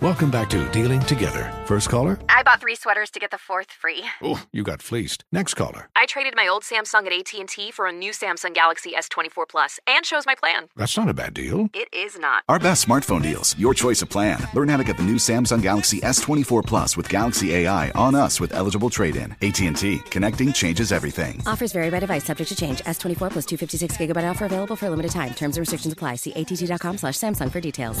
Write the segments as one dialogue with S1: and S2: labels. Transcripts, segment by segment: S1: Welcome back to Dealing Together. First caller?
S2: I bought three sweaters to get the fourth free.
S1: Oh, you got fleeced. Next caller.
S2: I traded my old Samsung at AT&T for a new Samsung Galaxy S24 Plus and shows my plan.
S1: That's not a bad deal.
S2: It is not.
S3: Our best smartphone deals. Your choice of plan. Learn how to get the new Samsung Galaxy S24 Plus with Galaxy AI on us with eligible trade-in. AT&T. Connecting changes everything.
S4: Offers vary by device, subject to change. S24 plus 256 gigabyte offer available for a limited time. Terms and restrictions apply. See att.com slash Samsung for details.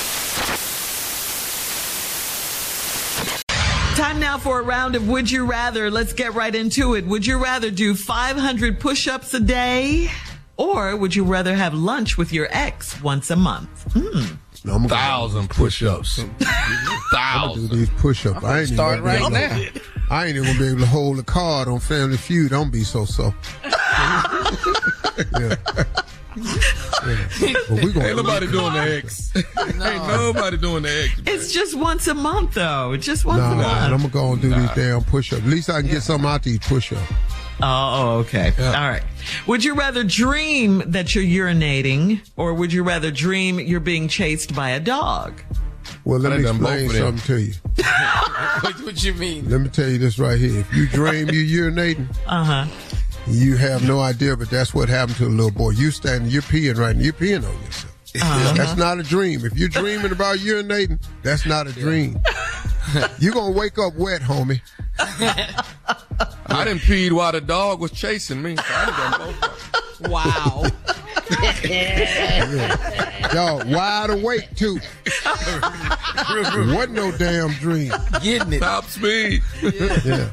S5: Time now for a round of Would You Rather. Let's get right into it. Would you rather do 500 push ups a day? Or would you rather have lunch with your ex once a month? Hmm.
S6: thousand push-ups.
S7: Thousand.
S6: Do these push-ups. I ain't even
S7: Start
S6: gonna be
S7: right
S6: able to-
S7: now.
S6: I ain't even gonna be able to hold a card on Family Feud. Don't be so so. yeah. Yeah. But we gonna
S7: Ain't nobody doing the X. Ain't nobody doing the X.
S5: It's just once a month though. It's just once
S6: Nah,
S5: a
S6: I'm gonna
S5: month.
S6: go and do these damn push-ups. At least I can get something out these push-ups.
S5: Oh, okay. All right. Would you rather dream that you're urinating or would you rather dream you're being chased by a dog?
S6: Well, let
S7: I
S6: me
S7: done both
S6: explain
S7: of them.
S6: something to you.
S7: What, what you mean?
S6: Let me tell you this right here. If you dream you urinating,
S5: Uh-huh.
S6: you have no idea. But that's what happened to the little boy. You standing, you're peeing right now. You're peeing on yourself. That's not a dream. If you're dreaming about urinating, that's not a dream. You're gonna wake up wet, homie.
S7: I didn't pee while the dog was chasing me. So I done done both of them.
S5: Wow.
S6: Y'all wide awake too. Wasn't no damn dream.
S7: Getting it. Top speed.
S6: Yeah.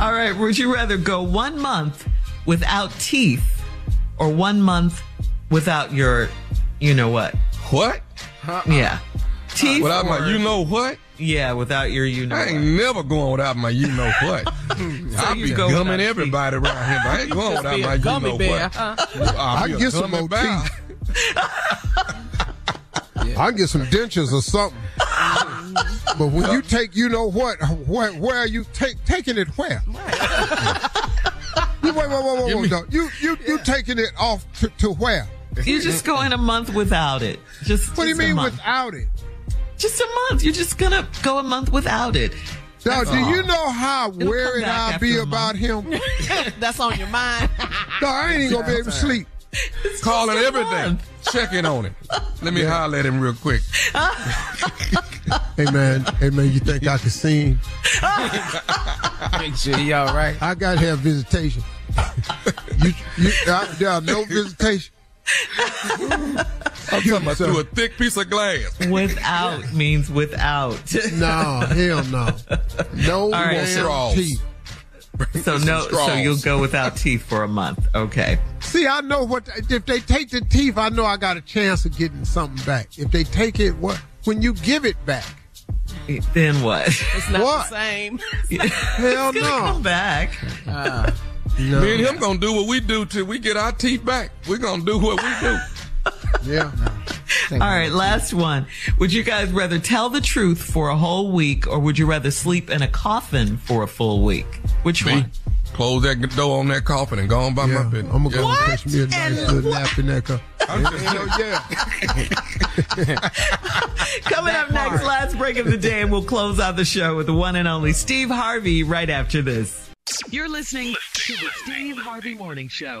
S5: All right. Would you rather go one month without teeth or one month without your, you know what?
S7: What?
S5: Yeah. Teeth.
S7: Without
S5: or-
S7: my you know what?
S5: Yeah, without your you know.
S7: I ain't
S5: what.
S7: never going without my you know what. I'll
S5: you
S7: be
S5: go without
S7: gumming
S5: teeth.
S7: everybody around here, but I ain't going without my you know what. I'll
S6: I
S7: be
S6: can
S7: a
S6: get some
S7: gummy
S6: more
S7: bear.
S6: teeth. I can get some dentures or something. But when you take, you know what? Where, where are you take, taking it? Where? you wait, wait, wait, wait,
S7: Give
S6: wait
S7: me-
S6: dog. You you you taking it off to, to where?
S5: You're just going a month without it. Just
S6: What do you
S5: just a
S6: mean
S5: month.
S6: without it?
S5: Just a month. You're just gonna go a month without it.
S6: Dog, do you know how
S5: come
S6: worried
S5: back
S6: I'll
S5: after
S6: be
S5: a
S6: about
S5: month.
S6: him? Dog,
S5: That's on your mind.
S6: I ain't even gonna be able to sleep.
S7: Calling
S5: just a
S7: everything.
S5: month.
S7: Checking on it. Let me holler at him real quick.
S6: Hey man, hey man, you think I can sing?
S7: Make sure you all right.
S6: I gotta have visitation. you, you, I, there are no visitation.
S7: I'm talking about through a thick piece of glass.
S6: Uh-huh.
S5: without means without.
S6: No, hell no. No
S5: right,
S6: damn
S7: straws.
S6: teeth.
S5: So no. So
S7: straws.
S5: you'll go without teeth for a month. Okay.
S6: See, I know what if they take the teeth, I know I got a chance of getting something back. If they take it, what when you give it back?
S5: Then what?
S6: what?
S8: same.
S6: Hell
S5: Gonna come
S6: no.
S5: back.
S7: Me and him gonna do what we do till we get our teeth back. we gonna do what we do.
S6: Yeah.
S5: All right, last one. Would you guys rather tell the truth for a whole week or would you rather sleep in a coffin for a full week? Which
S7: Me.
S5: one?
S7: Close that door on that coffin and go on by my business.
S6: I'm gonna go and catch me a nice good nap in that cup.
S7: I'm just saying, yeah.
S5: Coming up next, last break of the day, and we'll close out the show with the one and only Steve Harvey right after this. You're listening to the Steve Harvey Morning Show.